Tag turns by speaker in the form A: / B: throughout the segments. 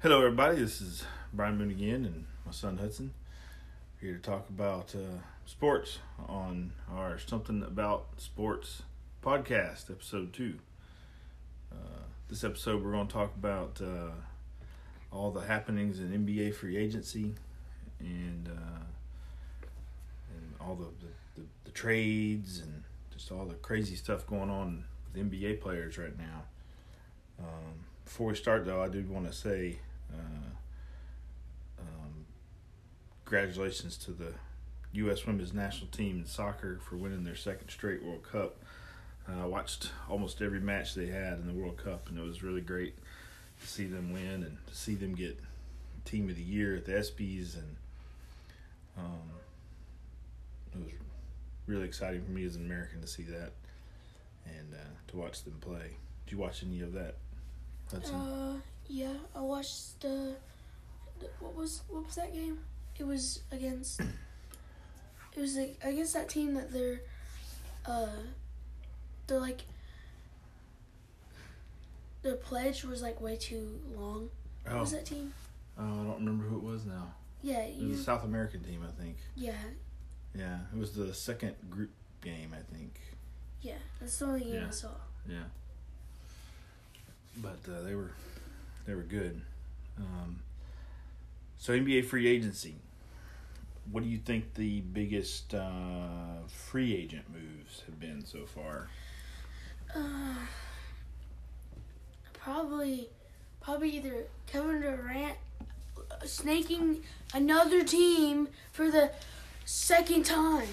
A: Hello, everybody. This is Brian Moon again, and my son Hudson here to talk about uh, sports on our Something About Sports podcast, episode two. Uh, this episode, we're going to talk about uh, all the happenings in NBA free agency and uh, and all the, the, the, the trades and just all the crazy stuff going on with NBA players right now. Um, before we start, though, I do want to say uh, um, congratulations to the U.S. Women's National Team in soccer for winning their second straight World Cup. Uh, I watched almost every match they had in the World Cup, and it was really great to see them win and to see them get Team of the Year at the ESPYS, and um, it was really exciting for me as an American to see that and uh, to watch them play. Did you watch any of that? That's
B: Uh, yeah, I watched the, the- what was what was that game? It was against. It was like against that team that they're, uh, they're like. Their pledge was like way too long. What
A: oh,
B: was that team?
A: oh, I don't remember who it was now.
B: Yeah,
A: It was
B: you.
A: a South American team, I think.
B: Yeah,
A: Yeah, it was the second group game, I think.
B: yeah. That's the only game
A: Yeah.
B: I saw.
A: Yeah. But uh, they were they were good. Um, so NBA free agency. What do you think the biggest uh, free agent moves have been so far?
B: Uh, probably, probably either Kevin Durant uh, snaking another team for the second time.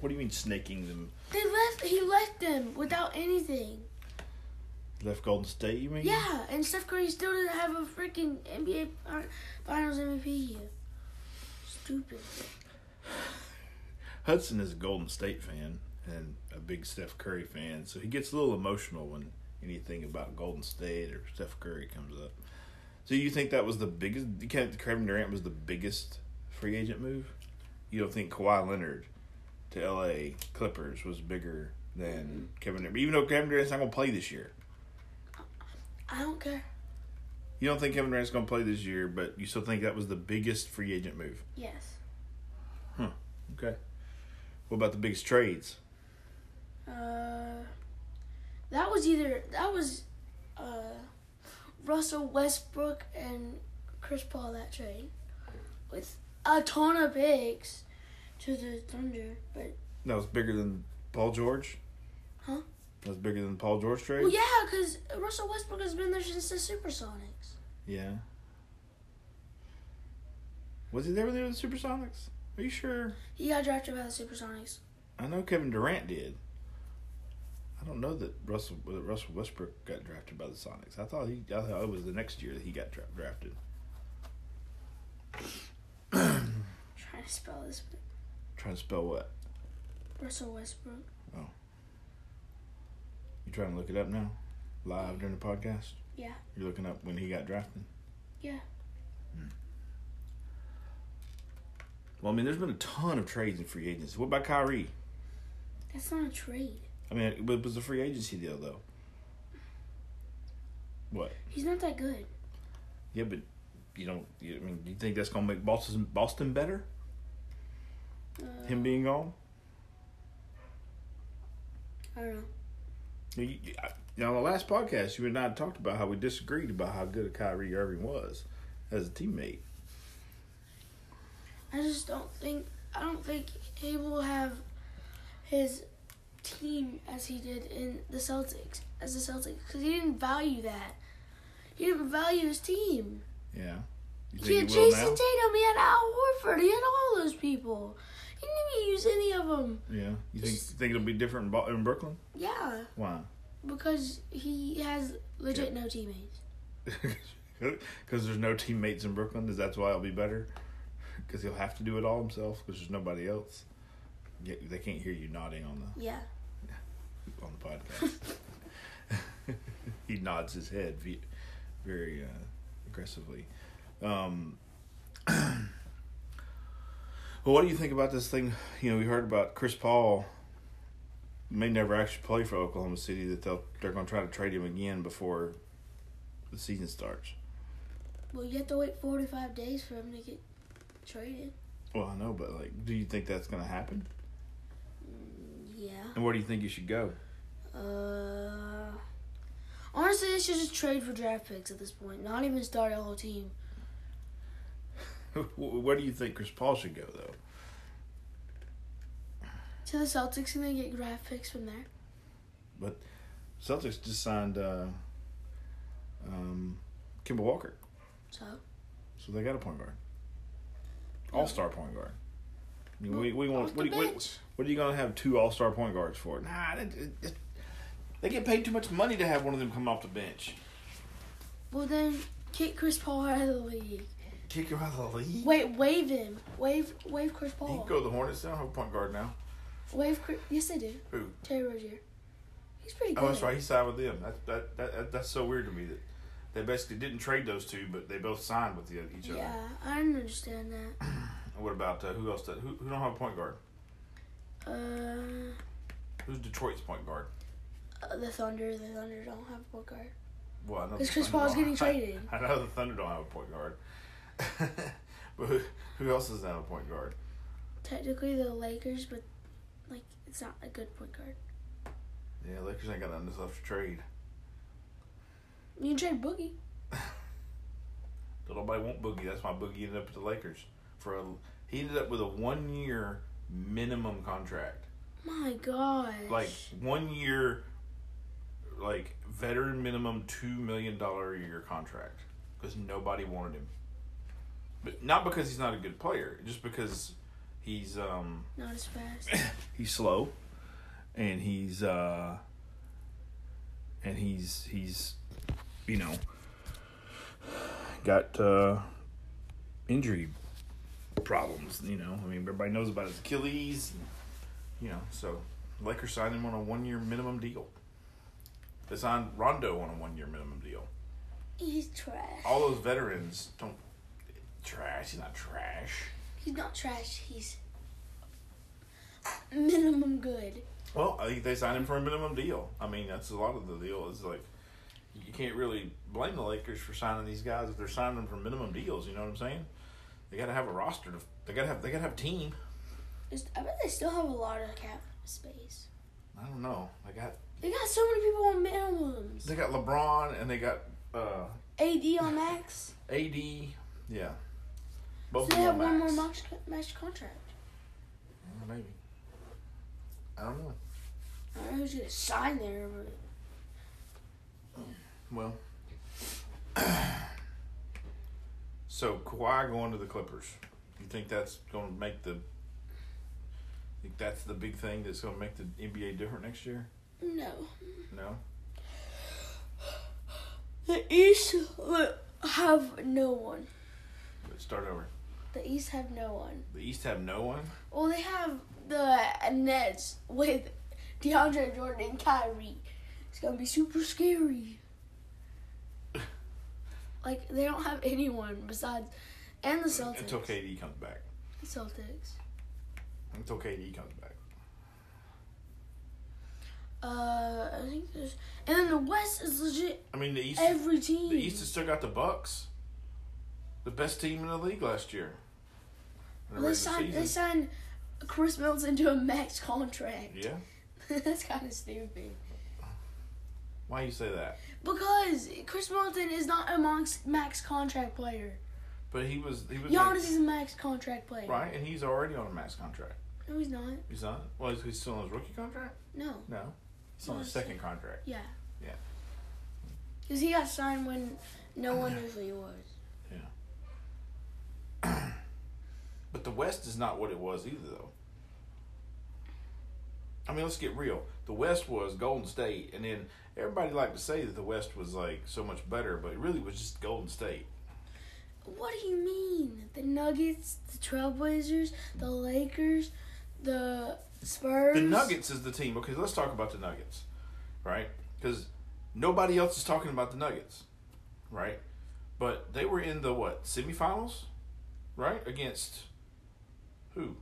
A: What do you mean snaking them?
B: They left. He left them without anything.
A: Left Golden State, you mean?
B: Yeah, and Steph Curry still doesn't have a freaking NBA fin- Finals MVP yet. Stupid.
A: Hudson is a Golden State fan and a big Steph Curry fan, so he gets a little emotional when anything about Golden State or Steph Curry comes up. So you think that was the biggest? You can't. Kevin Durant was the biggest free agent move. You don't think Kawhi Leonard to L.A. Clippers was bigger than Kevin Durant? Even though Kevin Durant's not going to play this year,
B: I don't care.
A: you don't think Kevin Durant's going to play this year, but you still think that was the biggest free agent move.
B: Yes.
A: Okay. What about the biggest trades?
B: Uh, that was either that was uh, Russell Westbrook and Chris Paul that trade with a ton of picks to the Thunder, but
A: That was bigger than Paul George.
B: Huh?
A: That's bigger than Paul George trade.
B: well, yeah, because Russell Westbrook has been there since the Supersonics.
A: yeah. Was he there with the Supersonics? Are you sure?
B: He got drafted by the Supersonics.
A: I know Kevin Durant did. I don't know that Russell that Russell Westbrook got drafted by the Sonics. I thought he I thought it was the next year that he got dra- drafted.
B: trying to spell this. but
A: Trying to spell what?
B: Russell Westbrook.
A: You trying to look it up now? Live during the podcast?
B: Yeah.
A: You're looking up when he got drafted?
B: Yeah.
A: Hmm. Well, I mean, there's been a ton of trades in free agency. What about Kyrie?
B: That's not a trade.
A: I mean, it was a free agency deal, though. What?
B: He's not that good.
A: Yeah, but you don't. You, I mean, do you think that's gonna make Boston Boston better?
B: Uh,
A: Him being gone.
B: I don't know.
A: You, you, I- you know, on the last podcast, you and I talked about how we disagreed about how good Kyrie Irving was as a teammate.
B: I just don't think I don't think he will have his team as he did in the Celtics as the Celtics because he didn't value that. He didn't value his team.
A: Yeah. You
B: He had
A: he will
B: Jason Tatum. He had Al Horford. He had all those people. He didn't even use any of them.
A: Yeah. You think
B: Just-
A: think it'll be different in, Bo- in Brooklyn?
B: Yeah,
A: Why?
B: because he has legit no teammates.
A: Because there's no teammates in Brooklyn. Is that's why it'll be better? Because he'll have to do it all himself. Because there's nobody else. Yeah, they can't hear you nodding on the
B: Yeah.
A: on the podcast. he nods his head ve- very uh, aggressively. Um, well, what do you think about this thing? You know, we heard about Chris Paul may never actually play for Oklahoma City. That they'll they're going to try to trade him again before the season starts.
B: Well, you have to wait 45 days for him to get traded.
A: Well, I know, but like, do you think that's gonna happen?
B: Yeah.
A: And where do you think you should go?
B: Uh, honestly, they should just trade for draft picks at this point. Not even start a whole team.
A: Wh- where do you think Chris Paul should go though?
B: To the Celtics and then get draft picks from there.
A: Celtics just signed uh, um, Kimball Walker,
B: So,
A: so they got a point guard, all star point guard. I mean,
B: Well,
A: we we
B: off
A: want
B: the
A: what, do you- what,
B: bench.
A: what are you gonna have two all star point guards for? Nah, that, it, it, they get paid too much money to have one of them come off the bench.
B: well then, kick Chris Paul out of the league.
A: Kick him out of the league.
B: Wait, waive him. Wave, wave Chris
A: He
B: Paul.
A: can go to the Hornets. They don't have a point guard now.
B: Wave Chris. Yes, they do.
A: Who?
B: Terry Rozier. He's pretty good.
A: Oh, that's right. He signed with them. That, that, that, that that's so weird to me that they basically didn't trade those two, but they both signed with the, each other.
B: Yeah, I didn't understand that.
A: And what about uh, who else? That, who who don't have a point guard?
B: Uh,
A: Who's Detroit's point guard?
B: uh, the Thunder. The Thunder don't have a point guard.
A: Well, I know the
B: Because Chris
A: Thunder
B: Paul's
A: don't-
B: getting traded.
A: I know the Thunder don't have a point guard, but who, who else doesn't have a point guard?
B: Technically, the Lakers, but like it's not a good point guard.
A: Yeah, Lakers ain't got nothing left to trade.
B: You can trade Boogie.
A: Don't nobody want Boogie. That's why Boogie ended up at the Lakers for a. He ended up with a one year minimum contract.
B: My gosh.
A: like one year like veteran minimum two million dollar a year contract because nobody wanted him but not because he's not a good player just because he's um
B: not as fast.
A: he's slow and he's uh and he's he's you know got uh injury problems you know i mean everybody knows about his achilles you know so lakers signed him on a one year minimum deal they signed rondo on a one year minimum deal
B: He's trash.
A: all those veterans don't trash he's not trash
B: He's not trash. He's minimum good.
A: Well, I think they signed him for a minimum deal. I mean, that's a lot of the deal. Is like you can't really blame the Lakers for signing these guys if they're signing them for minimum deals. You know what I'm saying? They got to have a roster. To, they got to have. They got to have a team.
B: It's, I bet they still have a lot of cap space.
A: I don't know. They got.
B: They got so many people on minimums.
A: They got LeBron and they got uh,
B: AD on max.
A: AD. Yeah.
B: So
A: Both
B: they
A: of
B: have
A: them
B: one
A: on
B: more
A: max.
B: max, max contract.
A: Yeah, Maybe. I don't know.
B: I don't know who's gonna sign there. But
A: Well. so Kawhi going to the Clippers. You think that's going to make the? Think that's the big thing that's going to make the NBA different next year?
B: no.
A: No.
B: The East uh, have no one.
A: Let's start over.
B: The East have no one.
A: The East have no one.
B: Well, they have the Nets with DeAndre Jordan and Kyrie. It's gonna be super scary. like they don't have anyone besides, and the Celtics.
A: Until KD comes back.
B: The Celtics.
A: Until KD comes back.
B: Uh, I think there's, and then the West is legit
A: I mean the East.
B: every team.
A: the East has still got the Bucks. The best team in the league last year. In the
B: they
A: regular
B: signed. They
A: season.
B: signed Chris Middleton to a max contract.
A: Yeah.
B: That's kind of stupid.
A: Why you say that?
B: Because Chris Middleton is not a max, max contract player.
A: But he was. He was.
B: Giannis is a max contract player.
A: right, and he's already on a max contract.
B: No, he's not.
A: He's not. Well, he's- he's still on his rookie contract.
B: No.
A: No, he's on his
B: No,
A: second contract.
B: Yeah.
A: Yeah.
B: Because he got signed when no one knew who he was.
A: But the West is not what it was either, though. I mean, let's get real. The West was Golden State, and then everybody liked to say that the West was like so much better, but it really was just Golden State.
B: What do you mean? The Nuggets, the Trailblazers, the Lakers, the Spurs.
A: The Nuggets is the team. Okay, let's talk about the Nuggets, right? Because nobody else is talking about the Nuggets, right? But they were in the what semifinals, right? Against who?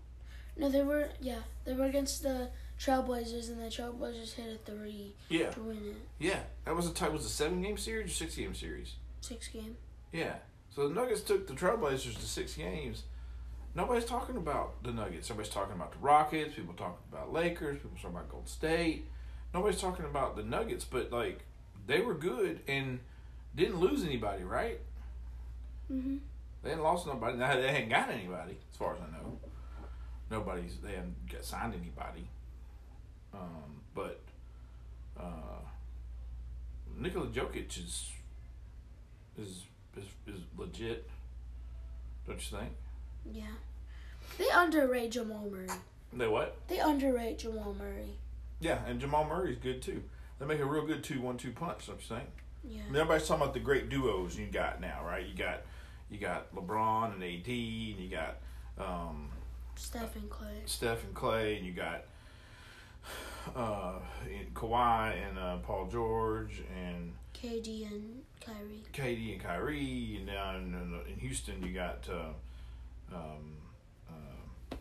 B: No, they were yeah, they were against the Trailblazers, and the Trailblazers hit a three
A: Yeah,
B: to win it.
A: Yeah, that was a tie. Was a seven game series or six game series?
B: Six game.
A: Yeah, so So the Nuggets took the Trailblazers to six games. Nobody's talking about the Nuggets. Everybody's talking about the Rockets. People talking about Lakers. People talking about Gold State. Nobody's talking about the Nuggets, but like they were good and didn't lose anybody, right?
B: Mm-hmm.
A: They ain't lost nobody. Now they ain't got anybody, as far as I know. Nobody's they haven't got signed anybody. Um, but uh, Nikola Jokic is is is is legit. Don't you think?
B: Yeah. They underrate Jamal Murray.
A: They what?
B: They underrate Jamal Murray.
A: Yeah, and Jamal Murray's good too. They make a real good two one two punch, don't you think?
B: Yeah.
A: I mean, everybody's talking about the great duos you got now, right? You got you got LeBron and AD, and you got um,
B: Stephen Clay.
A: Steph and Clay, and you got uh, and Kawhi and uh, Paul George and
B: KD and Kyrie.
A: Katie and Kyrie, and now in, in, in Houston you got uh, um, uh,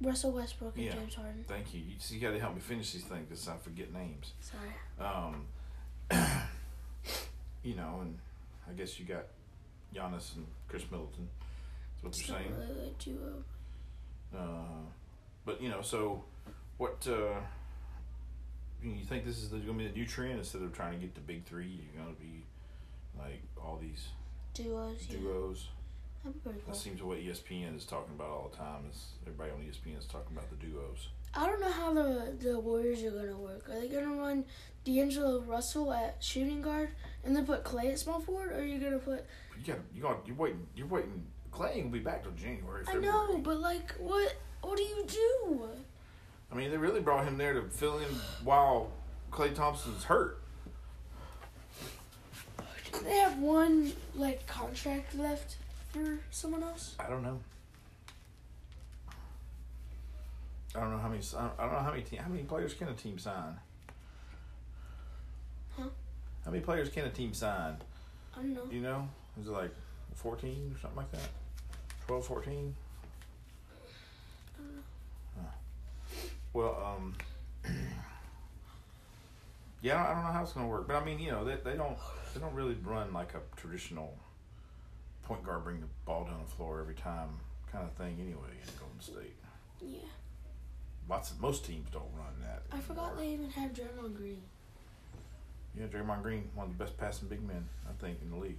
B: Russell Westbrook and
A: Yeah.
B: James Harden.
A: thank you. You, you got to help me finish these things because I forget names.
B: Sorry.
A: Um, you know, and I guess you got Giannis and Chris Middleton. That's what
B: It's
A: they're
B: not
A: saying.
B: really a duo.
A: Uh, but you know, so what? Uh, you know, you think this is going to be the new trend instead of trying to get the big three? You're going to be like all these
B: Duos. Yeah.
A: duos.
B: That'd be pretty
A: That
B: cool.
A: seems to what E ESPN is talking about all the time. Is everybody on E ESPN is talking about the duos?
B: I don't know how the the Warriors are gonna work. Are they gonna run D'Angelo Russell at shooting guard and then put Clay at small forward, or are you gonna put?
A: But you got you got you're waiting you're waiting. Clay ain't gonna be back till January.
B: I
A: February.
B: know, but like, what what do you do?
A: I mean, they really brought him there to fill in while Clay Thompson's hurt.
B: Do they have one like contract left for someone else?
A: I don't know. I don't know how many. I don't- I don't know how many. Te- how many players can a team sign?
B: Huh?
A: How many players can a team sign?
B: I don't know.
A: Do you know? Is it like fourteen or something like that? 12, 14?
B: Uh.
A: Huh. Well, um, yeah, I don't know how it's gonna work, but I mean, you know, they they don't they don't really run like a traditional point guard bring the ball down the floor every time kind of thing anyway in Golden State.
B: Yeah,
A: Lots of most teams don't run that.
B: I forgot
A: anymore.
B: they even have Draymond Green.
A: Yeah, Draymond Green, one of the best passing big men I think in the league.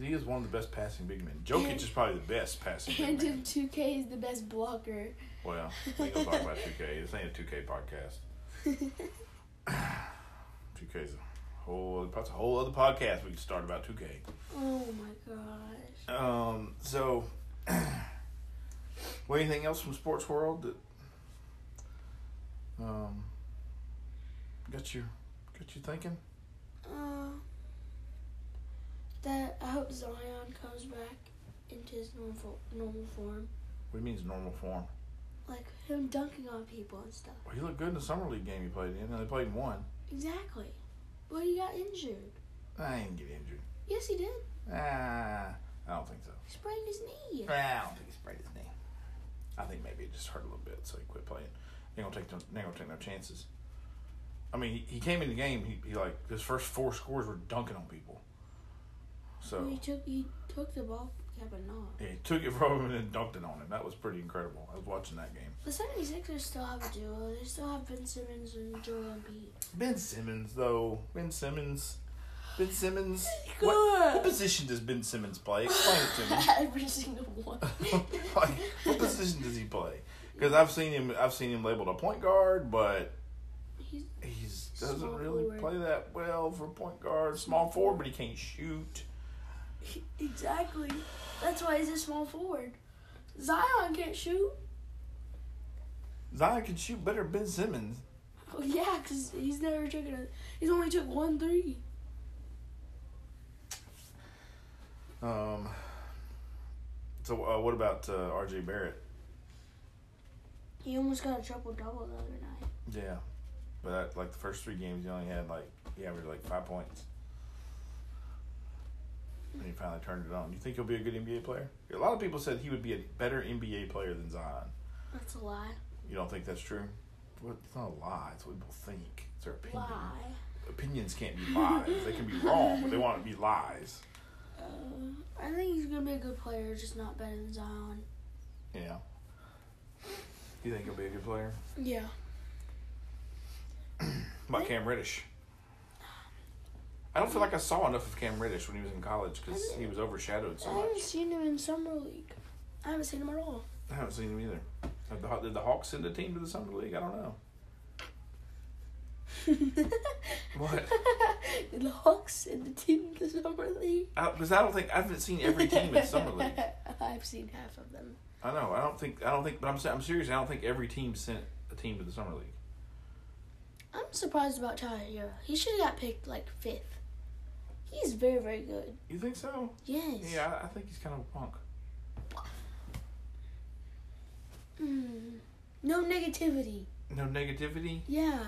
A: He is one of the best passing big men. Jokic
B: And-
A: is probably the best passing big
B: And
A: man.
B: in 2K is the best blocker.
A: Well, we ain't gonna talk about 2K. This ain't a 2K podcast.
B: Oh
A: 2K's a whole that's a whole other podcast we can start about 2K.
B: Oh my gosh.
A: Um, so, well, anything else from sports world that um got you got you thinking?
B: Uh, that I hope Zion comes back into his normal normal form,
A: What means normal form?
B: like him dunking on people and stuff.
A: Well, he looked good in the summer league game he played in, and they played in one.
B: Exactly. But he got injured.
A: I didn't get injured.
B: Yes, he did.
A: Ah, I don't think so. Ah,
B: He sprained his knee.
A: I don't think he sprained his knee. I think maybe it just hurt a little bit, so he quit playing. They gonna take no, they gonna take no chances. I mean, he, he came in the game. He, he like his first four scores were dunking on people. So
B: He took he took the ball, yeah, but not.
A: yeah, he took it from him and then dunked it on him. That was pretty incredible. I was watching that game.
B: The 76ers still have a duo. They still have Ben Simmons and Joel Embiid.
A: Ben Simmons though. Ben Simmons. Ben Simmons.
B: Good.
A: What, what position does Ben Simmons play? Explain it to me.
B: Every single one.
A: like, what position does he play? Because I've seen him, I've seen him labeled a point guard, but
B: He's
A: he's
B: Small
A: doesn't really
B: forward.
A: play that well for point guard, small forward, but he can't shoot.
B: Exactly. That's why he's a small forward. Zion can't shoot.
A: Zion can shoot better than Ben Simmons.
B: Oh, yeah, because he's never taken a. He's only took one three.
A: Um, so uh, what about uh, R.J. Barrett?
B: He almost got a triple double the other night.
A: Yeah, but that, like the first three games, he only had like he averaged like five points. And he finally turned it on. You think he'll be a good NBA player? A lot of people said he would be a better NBA player than Zion.
B: That's a lie.
A: You don't think that's true? Well, it's not a lie. It's what people think. It's their opinion.
B: Lie.
C: opinions can't be lies. They can be wrong, but they want to be lies.
B: Um, I think he's gonna be a good player, just not better than Zion.
C: Yeah. You think he'll be a good player?
B: Yeah.
C: What about Cam Reddish? I don't feel like I saw enough of Cam Reddish when he was in college because he was overshadowed so
B: I haven't
C: much.
B: seen him in summer league. I haven't seen him at all.
C: I haven't seen him either. Have the Haw- Did the Hawks send a team to the summer league? I don't know. What?
B: the Hawks and the team in the summer league.
C: Because I don't think I haven't seen every team in summer league.
B: I've seen half of them.
C: I know. I don't think. I don't think. But I'm. se- I'm serious. I don't think every team sent a team to the summer league.
B: I'm surprised about Tyra. He should have got picked like fifth. He's very, very good.
C: You think so?
B: Yes.
C: Yeah, I, I think he's kind of a punk.
B: Mm. No negativity.
C: No negativity.
B: Yeah.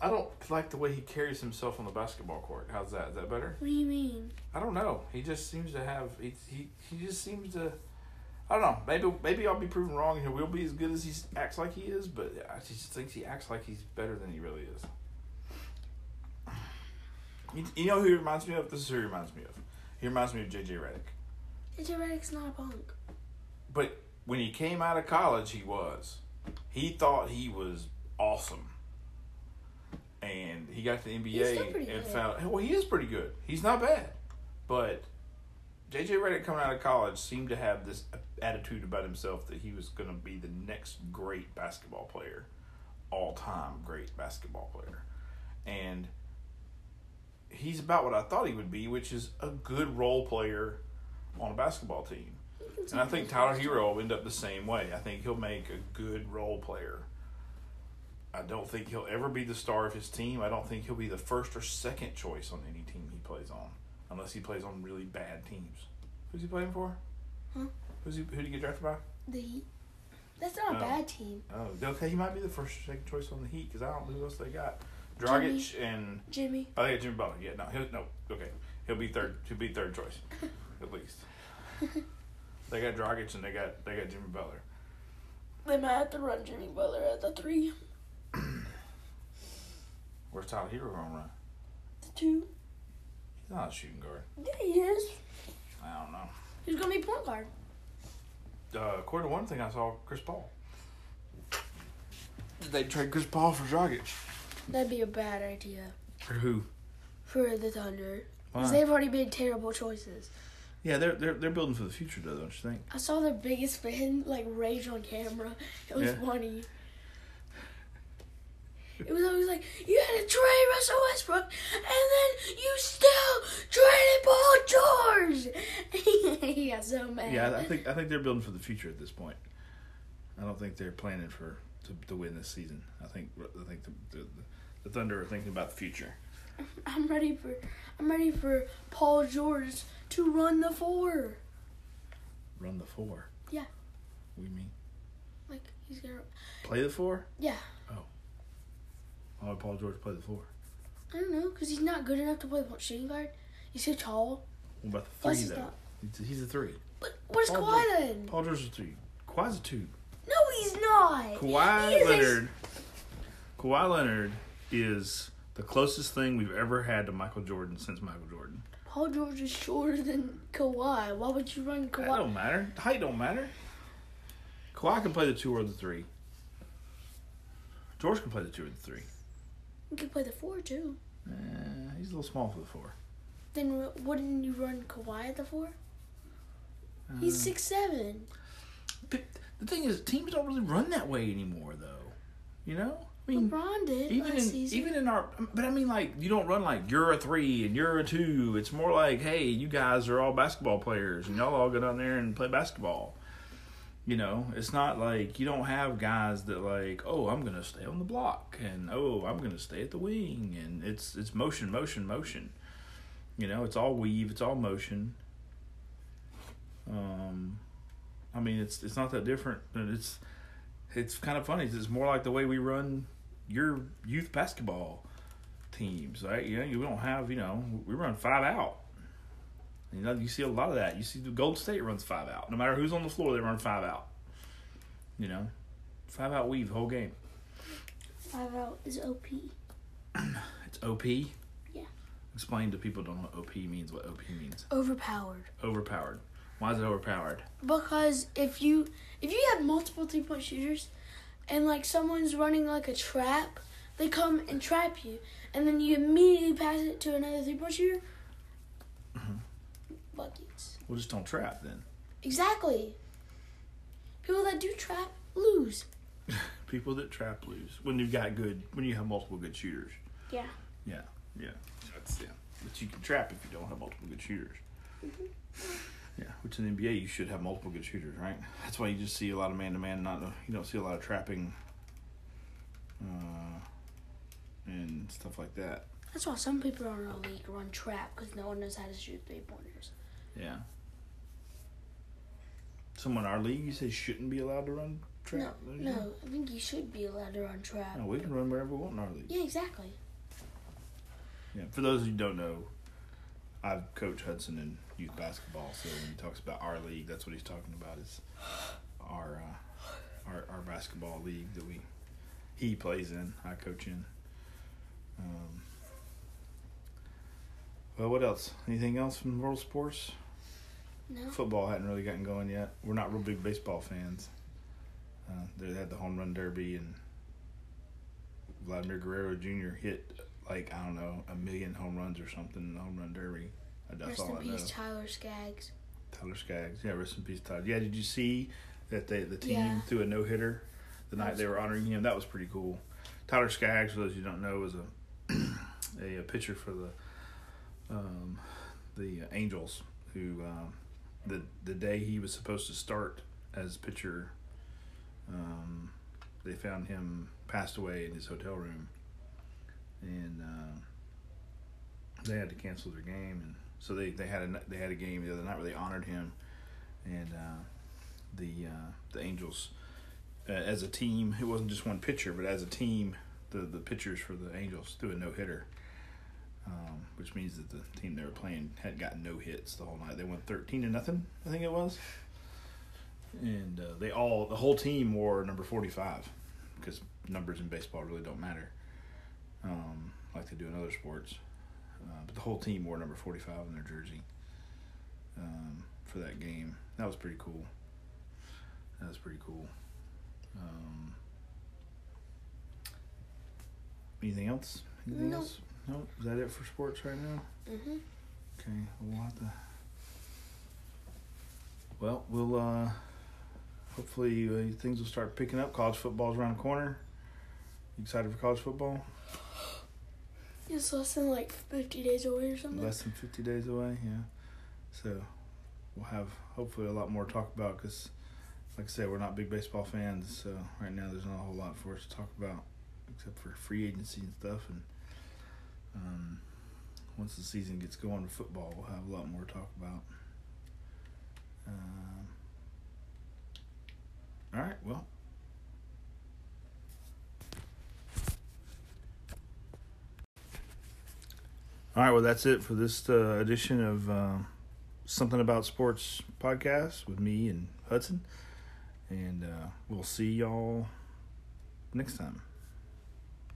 C: I don't like the way he carries himself on the basketball court. How's that? Is that better?
B: What do you mean?
C: I don't know. He just seems to have. He he, he just seems to. I don't know. Maybe maybe I'll be proven wrong and he will be as good as he acts like he is. But I just think he acts like he's better than he really is. You, you know who he reminds me of? This is who he reminds me of. He reminds me of JJ Redick.
B: JJ Redick's not a punk.
C: But when he came out of college, he was. He thought he was awesome. And he got to the
B: still
C: NBA and
B: pretty good.
C: found well, he is pretty good. He's not bad. But JJ Redick coming out of college seemed to have this attitude about himself that he was going to be the next great basketball player, all time great basketball player. And he's about what I thought he would be, which is a good role player on a basketball team. And I think Tyler Hero will end up the same way. I think he'll make a good role player. I don't think he'll ever be the star of his team. I don't think he'll be the first or second choice on any team he plays on, unless he plays on really bad teams. Who's he playing for?
B: Huh?
C: Who's he? Who did he get drafted by?
B: The Heat. That's not
C: No.
B: a bad team.
C: Oh, okay. He might be the first or second choice on the Heat because I don't know who else they got. Dragic and
B: Jimmy.
C: I think it's Jimmy Butler. Yeah, no, he'll, no, okay, he'll be third. He'll be third choice, at least. they got Dragic and they got they got Jimmy Butler.
B: They might have to run Jimmy Butler at the three,
C: Where's Tyler Hero gonna run?
B: the two.
C: He's not a shooting guard.
B: Yeah, he is.
C: I don't know.
B: He's gonna be point guard.
C: Uh, according to one thing, I saw Chris Paul. Did they trade Chris Paul for Dragic?
B: That'd be a bad idea
C: For who?
B: for the Thunder.
A: Why?
B: Because they've already made terrible choices.
A: Yeah, they're they're they're building for the future, though, don't you think?
B: I saw their biggest fan like rage on camera. It was
A: Yeah.
B: funny. It was always like you had to trade Russell Westbrook, and then you still traded Paul George. he got so mad.
A: Yeah, I- I think I think they're building for the future at this point. I don't think they're planning for to, to win this season. I think I think the, the, the Thunder are thinking about the future.
B: I'm ready for I'm ready for Paul George to run the four.
A: Run the four.
B: Yeah.
A: We mean
B: Like he's gonna.
A: play the four.
B: Yeah.
A: Oh. Why would Paul George play the four?
B: I don't know, cause he's not good enough to play the shooting guard. He's too tall.
A: What about the
B: Plus
A: three
B: he's
A: though?
B: not.
A: He's a, he's a three.
B: But where's
A: Paul
B: Kawhi
A: George-
B: then?
A: Paul George is a three. Kawhi's a two.
B: No, he's not. He
A: Kawhi
B: is a-
A: Leonard. Kawhi Leonard is the closest thing we've ever had to Michael Jordan since Michael Jordan.
B: Paul George is shorter than Kawhi. Why would you run
A: That
B: Kawhi?
A: don't matter. Height don't matter. Kawhi can play the two or the three. George can play the two or the three.
B: You could play the four too.
A: Eh, he's a little small for the four.
B: Then w- wouldn't you run Kawhi at the four?
A: Uh,
B: He's six seven.
A: But the thing is, teams don't really run that way anymore, though. You know, I mean,
B: LeBron did
A: even
B: last
A: in,
B: season.
A: even in our, but I mean, like you don't run like you're a three and you're a two. It's more like, hey, you guys are all basketball players, and y'all all go down there and play basketball. You know, it's not like you don't have guys that like, oh, I'm gonna stay on the block, and oh, I'm gonna stay at the wing, and it's it's motion, motion, motion. You know, it's all weave, it's all motion. Um, I mean, it's it's not that different, but it's it's kind of funny. 'cause It's more like the way we run your youth basketball teams, right? You know, you don't have you know we run five out. You know, you see a lot of that. You see the Gold State runs five out. No matter who's on the floor, they run five out. You know, five out weave the whole game.
B: Five out is OP.
A: It's OP.
B: Yeah.
A: Explain to people who don't know what OP means. What OP means?
B: Overpowered.
A: Overpowered. Why is it overpowered?
B: Because if you if you have multiple three point shooters and like someone's running like a trap, they come and trap you and then you immediately pass it to another three point shooter.
A: Mm-hmm.
B: Buckets.
A: Well, just don't trap then.
B: Exactly. People that do trap lose.
A: People that trap lose when you've got good when you have multiple good shooters.
B: Yeah.
A: Yeah. Yeah. That's yeah. But you can trap if you don't have multiple good shooters.
B: Mm-hmm.
A: Yeah, which in the NBA you should have multiple good shooters, right? That's why you just see a lot of man to man. Not you don't see a lot of trapping. Uh, and stuff like that.
B: That's why some people are in our league run trap because no one knows how to shoot three pointers.
A: Yeah. Someone in our league, you said shouldn't be allowed to run
B: No,
A: trap.
B: no, I think you should be allowed to run trap.
A: No, we can run wherever we want in our league.
B: Yeah, exactly.
A: Yeah. For those who don't know, I've coached Hudson in youth basketball, so when he talks about our league, that's what he's talking about is our uh, our our basketball league that we he plays in, I coach in. Um, well, what else? Anything else from world sports?
B: No.
A: Football hadn't really gotten going yet. We're not real big baseball fans. Uh, they had the home run derby, and Vladimir Guerrero Jr. hit like I don't know a million home runs or something in the home run derby. That's
B: Rest
A: all
B: in
A: I know.
B: peace, Tyler Skaggs.
A: Tyler Skaggs, yeah, rest in peace, Tyler. Yeah, did you see that they the team
B: Yeah.
A: threw a no hitter the night they were honoring him? That was pretty cool. Tyler Skaggs, for those you don't know, was a a, uh, pitcher for the um, the uh, Angels, who um, the the day he was supposed to start as pitcher, um, they found him passed away in his hotel room, and uh, they had to cancel their game. And so they, they had a they had a game the other night where they honored him, and uh, the uh, the Angels uh, as a team. It wasn't just one pitcher, but as a team, the the pitchers for the Angels threw a no hitter, um, which means that the team they were playing had gotten no hits the whole night. They went thirteen to nothing, I think it was, and uh, they all the whole team wore number forty five because numbers in baseball really don't matter, um, like they do in other sports. Uh, but the whole team wore number forty five in their jersey um, for that game. That was pretty cool. That was pretty cool. Um, anything else? Anything
B: Nope.
A: else? Nope. Is that it for sports right now?
B: Mm-hmm.
A: Okay. We'll have to. Well, we'll uh, hopefully uh, things will start picking up. College football's around the corner. You excited for college football?
B: It's less than like 50 days away or something.
A: Less than 50 days away, yeah. So we'll have hopefully a lot more to talk about because, like I said, we're not big baseball fans. So right now there's not a whole lot for us to talk about except for free agency and stuff. And um, once the season gets going with football, we'll have a lot more to talk about. Um, all right, well. All right, well, that's it for this uh, edition of uh, Something About Sports podcast with me and Hudson. And uh, we'll see y'all next time.